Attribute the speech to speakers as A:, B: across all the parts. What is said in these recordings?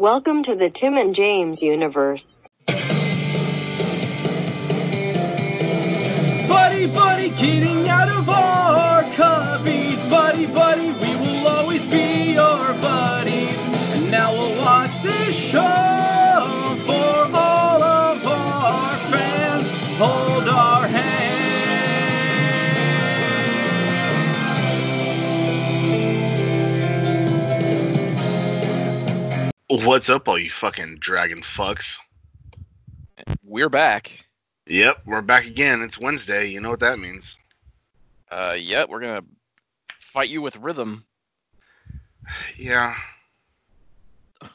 A: Welcome to the Tim and James universe.
B: Buddy, buddy, getting out of our cubbies. Buddy, buddy, we will always be your buddies. And now we'll watch this show for all of our fans. Hold our hand.
C: What's up, all you fucking dragon fucks?
D: We're back.
C: Yep, we're back again. It's Wednesday. You know what that means.
D: Uh, yeah, we're gonna fight you with rhythm.
C: Yeah.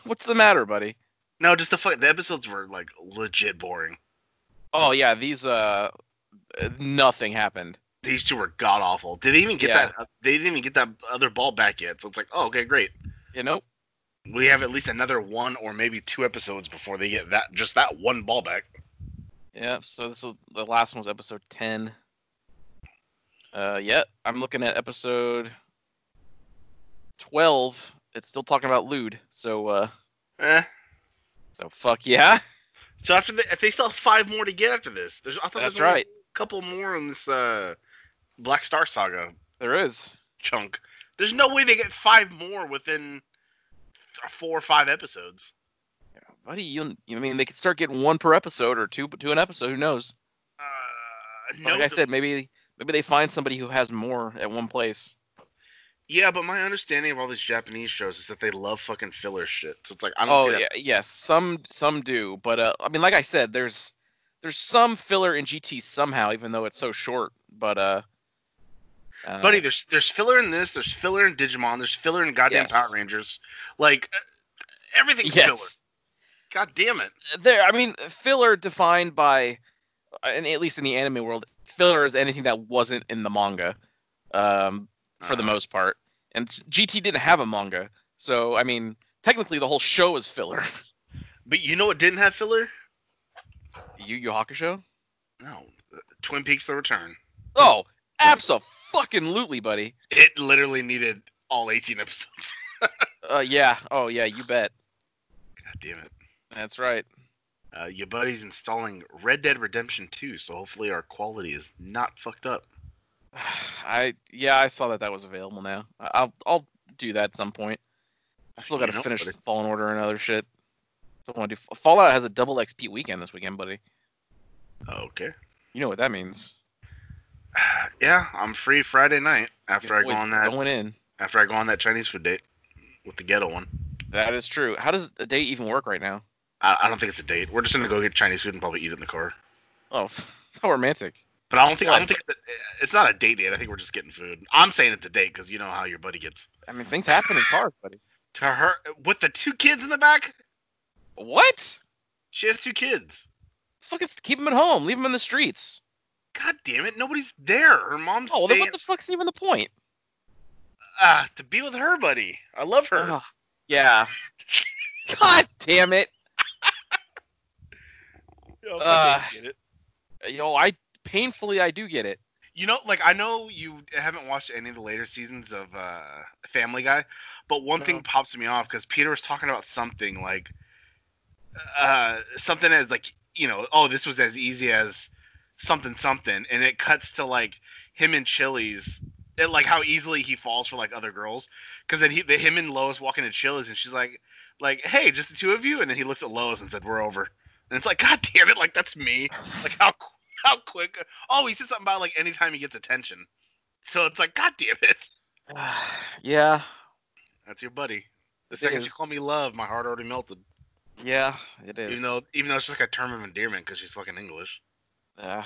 D: What's the matter, buddy?
C: No, just the fuck. The episodes were like legit boring.
D: Oh yeah, these uh, nothing happened.
C: These two were god awful. Did they even get
D: Yeah.
C: that? They didn't even get that other ball back yet. So it's like, oh, okay, great.
D: You know,
C: We have at least another one or maybe two episodes before they get that just that one ball back.
D: yeah. So this was the last one was episode ten. Uh, yeah, I'm looking at episode twelve. It's still talking about lewd. So uh,
C: Eh.
D: so fuck yeah.
C: So after the, if they still have five more to get after this, there's I thought
D: That's
C: there's only
D: right.
C: a couple more in this uh, Black Star saga
D: There is.
C: chunk. There's no way they get five more within four or five episodes.
D: Buddy, you, you I mean they could start getting one per episode or two two an episode. Who knows?
C: Uh, no,
D: Like I said, maybe maybe they find somebody who has more at one place.
C: yeah, but my understanding of all these Japanese shows is that they love fucking filler shit. So it's like I don't
D: Oh
C: see that.
D: yeah, yes, some some do, but uh, I mean, like I said, there's there's some filler in GT somehow, even though it's so short. But uh, uh
C: Buddy, there's there's filler in this, there's filler in Digimon, there's filler in goddamn
D: Yes.
C: Power Rangers. Like uh, everything's filler.
D: yes,
C: God damn it.
D: there. I mean, filler defined by, and at least in the anime world, filler is anything that wasn't in the manga, um, for the
C: Uh,
D: most part. And s- GT didn't have a manga, so I mean, technically the whole show is filler.
C: But you know what didn't have filler?
D: Yu Yu Hakusho?
C: No, uh, Twin Peaks: The Return.
D: Oh, absolutely, buddy.
C: It literally needed all 18 episodes.
D: Uh, yeah. Oh, yeah. You bet.
C: God damn it.
D: That's right.
C: Uh, your buddy's installing Red Dead Redemption 2, so hopefully our quality is not fucked up.
D: I yeah, I saw that that was available now. I- I'll I'll do that at some point. I still got
C: You
D: to
C: know,
D: finish
C: buddy.
D: Fallen Order and other shit. Still want to do Fallout has a double XP weekend this weekend, buddy.
C: Oh, Okay.
D: You know what that means?
C: Yeah, I'm free Friday night after
D: Your
C: I go
D: boy's
C: on that
D: going in.
C: after I go on that Chinese food date with the ghetto one.
D: That is true. How does a date even work right now?
C: I, I don't think it's a date. We're just gonna go get Chinese food and probably eat it in the car.
D: Oh, how romantic.
C: But I don't think I don't
D: Right.
C: think it's, a, it's not a date date. I think we're just getting food. I'm saying it's a date because you know how your buddy gets
D: I mean, things happen in cars, buddy.
C: to her with the two kids in the back.
D: What?
C: She has two kids.
D: Fuck, it's, keep them at home. Leave them in the streets.
C: God damn it, nobody's there. Her mom's
D: Oh, then
C: staying,
D: what the fuck's even the point?
C: ah, to be with her buddy. I love her.
D: Ugh, yeah. God damn it.
C: Yeah,
D: uh,
C: I get it.
D: You know, I painfully I do get it.
C: You know, like I know you haven't watched any of the later seasons of uh, Family Guy, but one
D: No.
C: thing pops me off because Peter was talking about something like uh, something as like you know, oh, this was as easy as something something, and it cuts to like him and Chili's, and like how easily he falls for like other girls, because then he, the, him and Lois walk into Chili's, and she's like, like, hey, just the two of you, and then he looks at Lois and said, we're over, and it's like, god damn it, like that's me, like how how quick. Oh, he said something about like anytime he gets attention. So it's like, God damn it.
D: yeah.
C: That's your buddy. The
D: It
C: second you
D: is.
C: call me love, my heart already melted.
D: Yeah, it is.
C: Even though, even though it's just like a term of endearment because she's fucking English.
D: uh,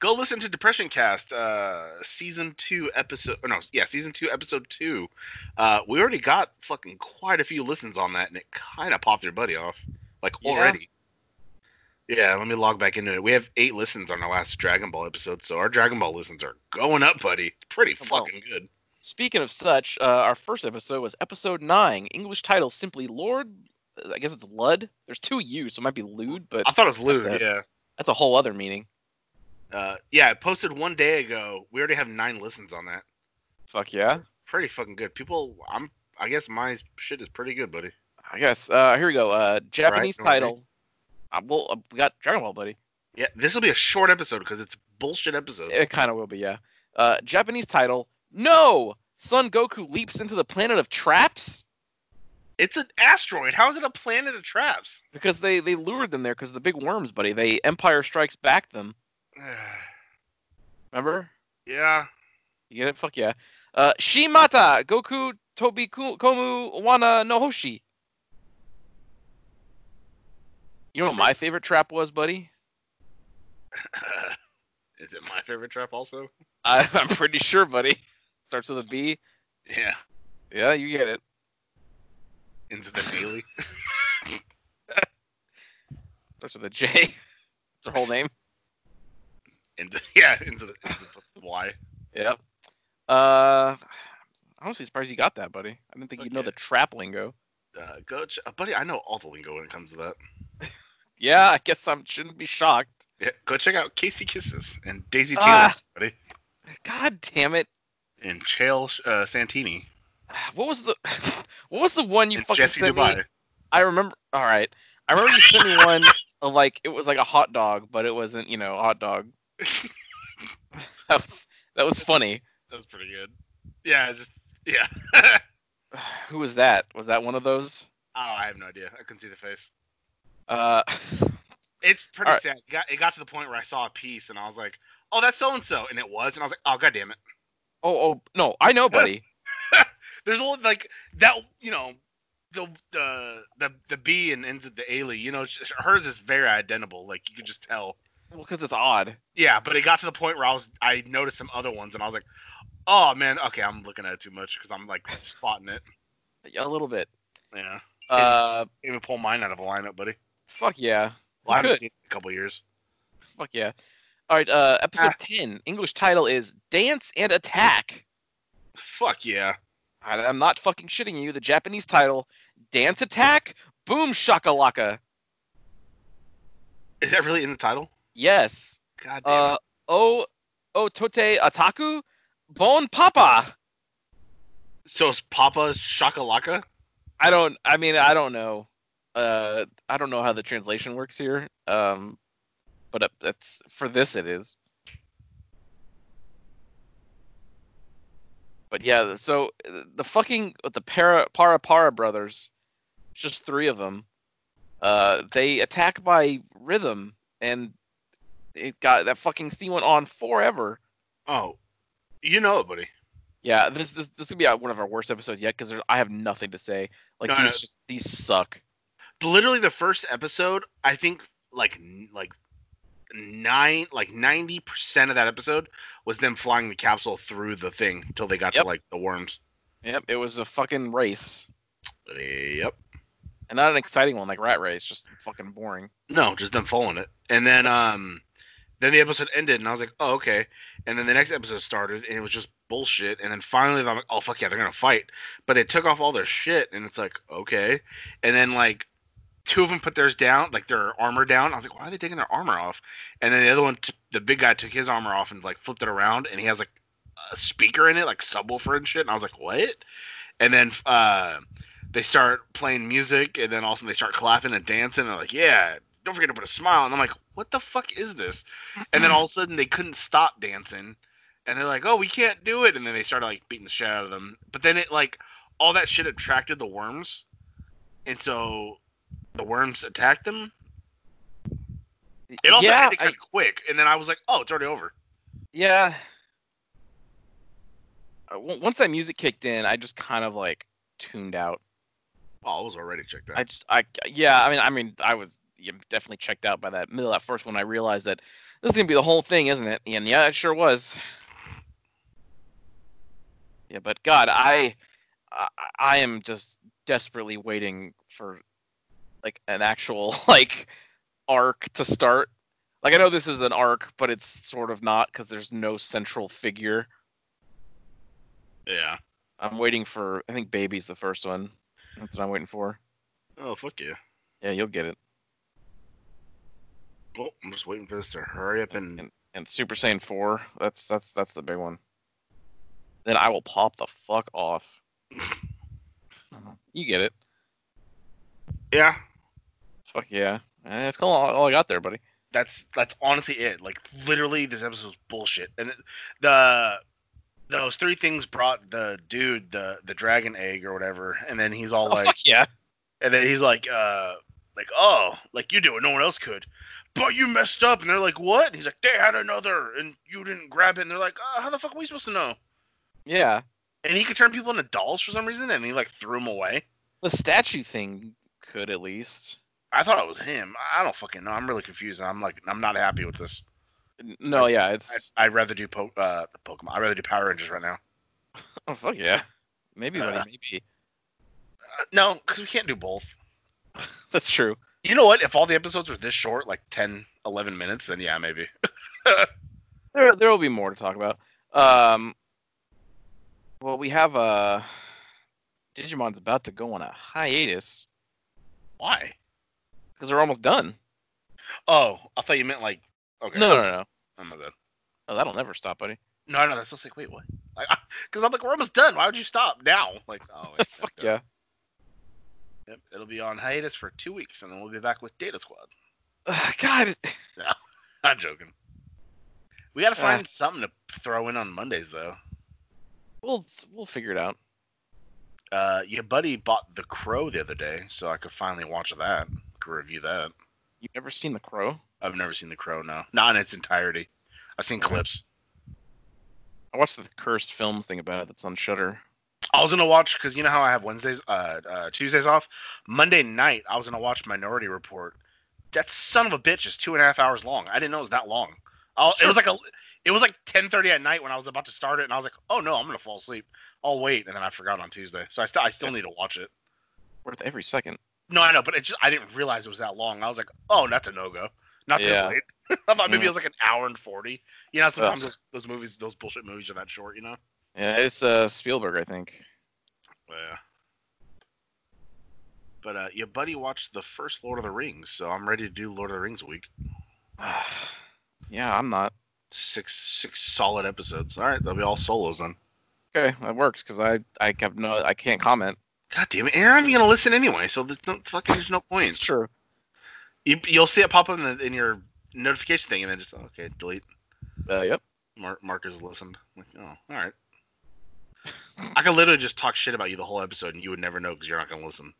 C: Go listen to Depression Cast, uh, season two episode. Or no, yeah, season two episode two. Uh, we already got fucking quite a few listens on that, and it kind of popped your buddy off, like
D: Yeah.
C: already. Yeah, let me log back into it. We have eight listens on our last Dragon Ball episode, so our Dragon Ball listens are going up, buddy. Pretty
D: Well,
C: fucking good.
D: speaking of such, uh, our first episode was episode nine. English title simply Lord. uh, I guess it's Lud. There's two U's, so it might be lewd, but
C: I thought it was lewd.
D: that.
C: Yeah.
D: that's a whole other meaning.
C: Uh, yeah. It posted one day ago. We already have nine listens on that.
D: Fuck yeah.
C: Pretty fucking good. People, I'm. I guess my shit is pretty good, buddy.
D: I guess. Uh, here we go. Uh, Japanese
C: Norby?
D: title. Uh, well, uh, we got Dragon Ball, buddy.
C: Yeah, this will be a short episode because it's bullshit episode.
D: It kind of will be, yeah. Uh, Japanese title. No, Son Goku leaps into the planet of traps
C: It's an asteroid. How is it a planet of traps?
D: because they they lured them there because the big worms, buddy. They Empire Strikes Back them. Remember?
C: yeah.
D: You get it? Fuck yeah. Uh, Shimata Goku Tobi Komu Wana no Hoshi. You know what my favorite trap was, buddy?
C: is it my favorite trap also?
D: I, I'm pretty sure, buddy. Starts with a B.
C: Yeah.
D: Yeah, you get it.
C: Into the daily.
D: Starts with a J. It's her whole name.
C: Into yeah. Into the, into the why.
D: Yep. Uh, I'm honestly surprised you got that, buddy. I didn't think you'd know
C: Okay.
D: the trap lingo.
C: Uh, go, ch- uh, buddy. I know all the lingo when it comes to that.
D: Yeah, I guess I shouldn't be shocked.
C: Yeah, go check out Casey Kisses and Daisy Taylor,
D: Ah.
C: buddy,
D: God damn it!
C: and Chael uh, Santini
D: What was the What was the one you
C: and
D: fucking
C: Jesse
D: sent me?
C: Dubai.
D: I remember. All right, I remember you sent me one of like it was like a hot dog, but it wasn't you know a hot dog. that was that was funny.
C: That was pretty good. Yeah, just yeah.
D: Who was that? Was that one of those?
C: Oh, I have no idea. I couldn't see the face.
D: Uh,
C: It's pretty
D: Alright.
C: sad. It got, it got to the point where I saw a piece and I was like, "Oh, that's so and so," and it was, and I was like, "Oh, god damn it!"
D: oh oh no, I know, buddy.
C: There's a little like that, you know, the the the the B and ends at the Ailey. You know, sh- hers is very identical. Like you can just tell.
D: Well, because it's odd.
C: Yeah, but it got to the point where I was I noticed some other ones and I was like, "Oh man, okay, I'm looking at it too much because I'm like spotting it."
D: Yeah, a little bit.
C: Yeah,
D: Uh,
C: even pull mine out of a lineup, buddy.
D: fuck yeah.
C: Well, I
D: You
C: haven't
D: could.
C: seen it in a couple years.
D: Fuck yeah. All right, uh, episode
C: Ah.
D: 10. English title is Dance and Attack.
C: Fuck yeah.
D: I, I'm not fucking shitting you. The Japanese title, Dance Attack, Boom Shakalaka.
C: Is that really in the title?
D: Yes.
C: God damn.
D: Uh, O Otote Ataku, Bon Papa.
C: so it's Papa Shakalaka?
D: I don't. I mean, I don't know. Uh, I don't know how the translation works here. Um, but uh, that's for this it is. But yeah, so uh, the fucking the para para para brothers, just three of them. Uh, they attack by rhythm, and it got that fucking scene went on forever.
C: Oh, you know it, buddy.
D: Yeah, this this this could be uh, one of our worst episodes yet because I have nothing to say. Like
C: No,
D: these
C: no.
D: just these suck.
C: Literally the first episode, I think like n- like nine like ninety percent of that episode was them flying the capsule through the thing until they got
D: Yep.
C: to like the worms.
D: Yep, it was a fucking race,
C: Yep.
D: and not an exciting one like Rat Race, just fucking boring.
C: No, just them following it. And then um then the episode ended and I was like, Oh, okay. And then the next episode started and it was just bullshit. And then finally I'm like, Oh fuck yeah, they're gonna fight. But they took off all their shit and it's like, okay. And then like two of them put theirs down, like their armor down. I was like, Why are they taking their armor off? And then the other one t- the big guy took his armor off and like flipped it around and he has like a speaker in it, like subwoofer and shit. And I was like, What? And then uh they start playing music and then all of a sudden they start clapping and dancing and they're like, Yeah, don't forget to put a smile. And I'm like, what the fuck is this? And then all of a sudden they couldn't stop dancing. And they're like, oh, we can't do it. And then they started like beating the shit out of them. But then it like all that shit attracted the worms. And so the worms attacked them. It also
D: yeah,
C: ended
D: I,
C: kind of quick. And then I was like, oh, it's already over.
D: yeah. Uh, on- Once that music kicked in, I just kind of like tuned out.
C: Oh, I was already checked out.
D: I just, I yeah, I mean, I mean, I was yeah, definitely checked out by that middle of that first one. I realized that this is gonna be the whole thing, isn't it? And yeah, it sure was. Yeah, but God, I, I, I am just desperately waiting for like an actual like arc to start. Like I know this is an arc, but it's sort of not because there's no central figure.
C: yeah.
D: I'm waiting for. I think Baby's the first one. That's what I'm waiting for.
C: Oh, fuck yeah.
D: Yeah, you'll get it.
C: Well, I'm just waiting for this to hurry up and.
D: and, and Super Saiyan 4. That's that's that's the big one. Then I will pop the fuck off. you get it.
C: Yeah,
D: Fuck yeah. Eh, That's all, all I got there, buddy.
C: that's that's honestly it. Like literally, this episode was bullshit. And it- the those three things brought the dude the the dragon egg or whatever, and then he's all
D: Oh,
C: like,
D: fuck yeah.
C: and then he's like, uh, like oh, like you do it, no one else could. But you messed up, and they're like, what? And he's like, they had another, and you didn't grab it. And they're like, uh, how the fuck are we supposed to know?
D: Yeah.
C: And he could turn people into dolls for some reason, and he like threw them away.
D: The statue thing could at least.
C: I thought it was him. I- I don't fucking know. I'm really confused. and I'm like, I'm not happy with this.
D: N- No, yeah, it's.
C: I'd, I'd rather do po- uh, Pokemon. I'd rather do Power Rangers right now.
D: Oh, fuck yeah. Maybe,
C: Uh.
D: buddy, maybe.
C: Uh, no, because we can't do both.
D: That's true.
C: You know what? If all the episodes were this short, like 10, 11 minutes, then yeah, maybe.
D: There, there will be more to talk about. Um, well, we have uh, Digimon's about to go on a hiatus
C: Why?
D: because they're almost done.
C: Oh, I thought you meant like. Okay.
D: No, no, no, no.
C: Oh my god.
D: Oh, that'll never stop, buddy.
C: No, no, that's just like, wait, what? Because I'm like, we're almost done. Why would you stop now? Like, oh, wait,
D: Fuck
C: no.
D: yeah.
C: Yep, it'll be on hiatus for two weeks, and then we'll be back with Data Squad.
D: Ugh, God,
C: Not joking. We gotta
D: Ah.
C: find something to throw in on Mondays though.
D: we'll we'll figure it out.
C: Uh, your buddy bought The Crow the other day, so I could finally watch that. Could review that.
D: You've never seen The Crow?
C: I've never seen The Crow, no, not in its entirety. I've seen
D: Okay.
C: clips.
D: I watched the cursed films thing about it. That's on Shutter.
C: I was gonna watch because you know how I have Wednesdays, uh, uh, Tuesdays off. Monday night, I was gonna watch Minority Report. That son of a bitch is two and a half hours long. I didn't know it was that long. I'll, It was like a, it was like 10:30 at night when I was about to start it, and I was like, oh no, I'm gonna fall asleep. I'll wait, and then I forgot on Tuesday, so I still, I still need to watch it.
D: Worth every second.
C: No, I know, but it just I didn't realize it was that long. I was like, oh, that's a no go. Not
D: Yeah.
C: this late. I thought maybe
D: Mm.
C: it was like an hour and forty. You know, sometimes
D: Ugh.
C: those, those movies, those bullshit movies, are that short. You know.
D: Yeah, it's uh, Spielberg, I think.
C: Yeah. But uh, your buddy watched the first Lord of the Rings, so I'm ready to do Lord of the Rings week.
D: yeah, I'm not.
C: Six six solid episodes. All right, they'll be all solos then.
D: Okay, that works because I I have no I can't comment.
C: God damn it, and you're not even gonna listen anyway, so there's no fucking there's no
D: It's
C: point.
D: true.
C: You, you'll see it pop up in, the, in your notification thing, and then just okay, delete.
D: Uh, yep.
C: Mark Markers listened. I'm like, oh, all right. I could literally just talk shit about you the whole episode, and you would never know because you're not gonna listen.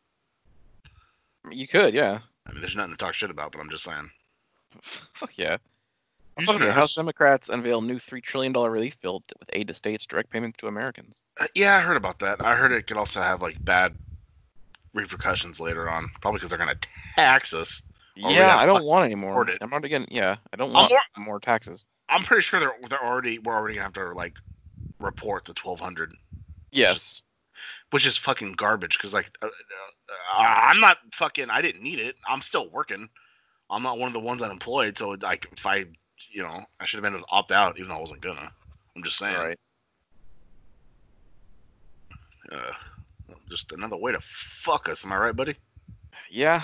D: You could, yeah.
C: I mean, there's nothing to talk shit about, but I'm just saying.
D: Fuck yeah.
C: You
D: Fuck
C: should
D: yeah.
C: know.
D: House Democrats unveil new $3 trillion relief bill t- with aid to states, direct payments to Americans.
C: Uh, yeah, I heard about that. I heard it could also have like bad repercussions later on, probably because they're gonna tax us. Oh, we
D: yeah,
C: got
D: I don't want any more.
C: recorded.
D: I'm already getting, yeah, I don't
C: I'm
D: want
C: more-
D: more taxes.
C: I'm pretty sure they're they're already we're already gonna have to like report the 1200,
D: Yes.
C: which is fucking garbage. Because like uh, uh, I'm not fucking. I didn't need it. I'm still working. I'm not one of the ones unemployed. So like if I, you know, I should have been able to opt out even though I wasn't gonna. I'm just saying.
D: All right.
C: Uh, just another way to fuck us. Am I right, buddy?
D: Yeah.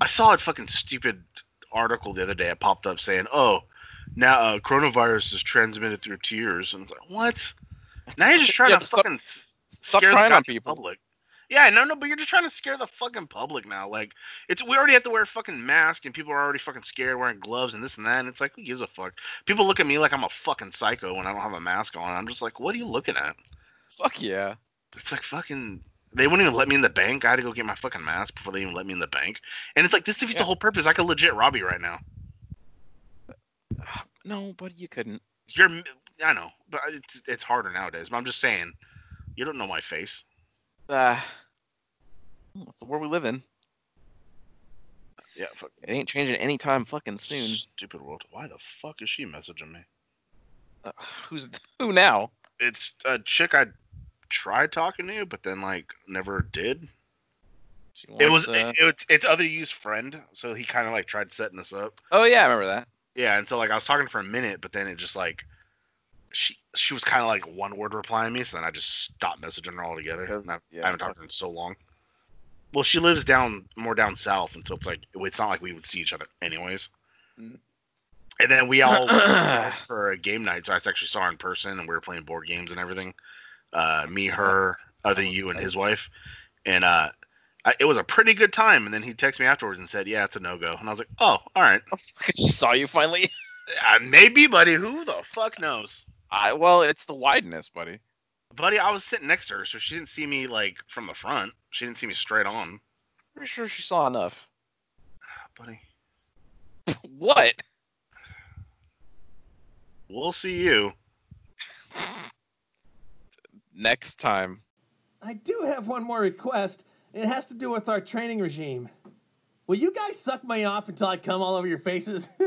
C: I saw a fucking stupid article the other day. It popped up saying, "Oh, now uh, coronavirus is transmitted through tears," and it's like, "What?" Now you're just trying
D: Yeah,
C: to
D: but stop-
C: fucking s-
D: Stop
C: scare the
D: crying on
C: goddamn
D: people.
C: Public. Yeah, no, no, but you're just trying to scare the fucking public now. Like, it's we already have to wear a fucking mask, and people are already fucking scared wearing gloves and this and that. And it's like, who gives a fuck? People look at me like I'm a fucking psycho when I don't have a mask on. I'm just like, what are you looking at?
D: Fuck yeah.
C: it's like fucking they wouldn't even let me in the bank. I had to go get my fucking mask before they even let me in the bank. And it's like this defeats
D: Yeah.
C: the whole purpose. I could legit rob you right now.
D: No, buddy, you couldn't.
C: You're I know, but it's it's harder nowadays. But I'm just saying, you don't know my face.
D: Uh, that's the world we live in.
C: Yeah, fuck.
D: It ain't changing anytime fucking soon.
C: Stupid world. Why the fuck is she messaging me?
D: Uh, who's who now?
C: It's a chick I tried talking to, but then like never did.
D: She
C: it was
D: wants, uh,
C: it, it's it's other used friend, so he kind of like tried setting us up.
D: oh yeah, I remember that.
C: Yeah, and so like I was talking for a minute, but then it just like she she was kind of like one word replying me, so then I just stopped messaging her altogether.
D: Because-
C: and I,
D: yeah,
C: I haven't talked to her in so long. Well, she lives down more down south, and so it's like it's not like we would see each other anyways.
D: Mm.
C: And then we all for a game night, so I actually saw her in person, and we were playing board games and everything. Uh, me, her, other
D: That was
C: you, and
D: nice.
C: his wife, and uh, I, it was a pretty good time. And then he texted me afterwards and said, yeah, it's a no go. And I was like, oh, all right.
D: Oh, fuck, she saw you finally.
C: Uh, maybe, buddy. Who the fuck knows?
D: I, well, it's the wideness, buddy.
C: Buddy, I was sitting next to her, so she didn't see me like from the front. She didn't see me straight on.
D: Pretty sure she saw enough.
C: Buddy,
D: What?
C: we'll see you.
D: Next time.
B: I do have one more request. It has to do with our training regime. Will you guys suck me off until I come all over your faces?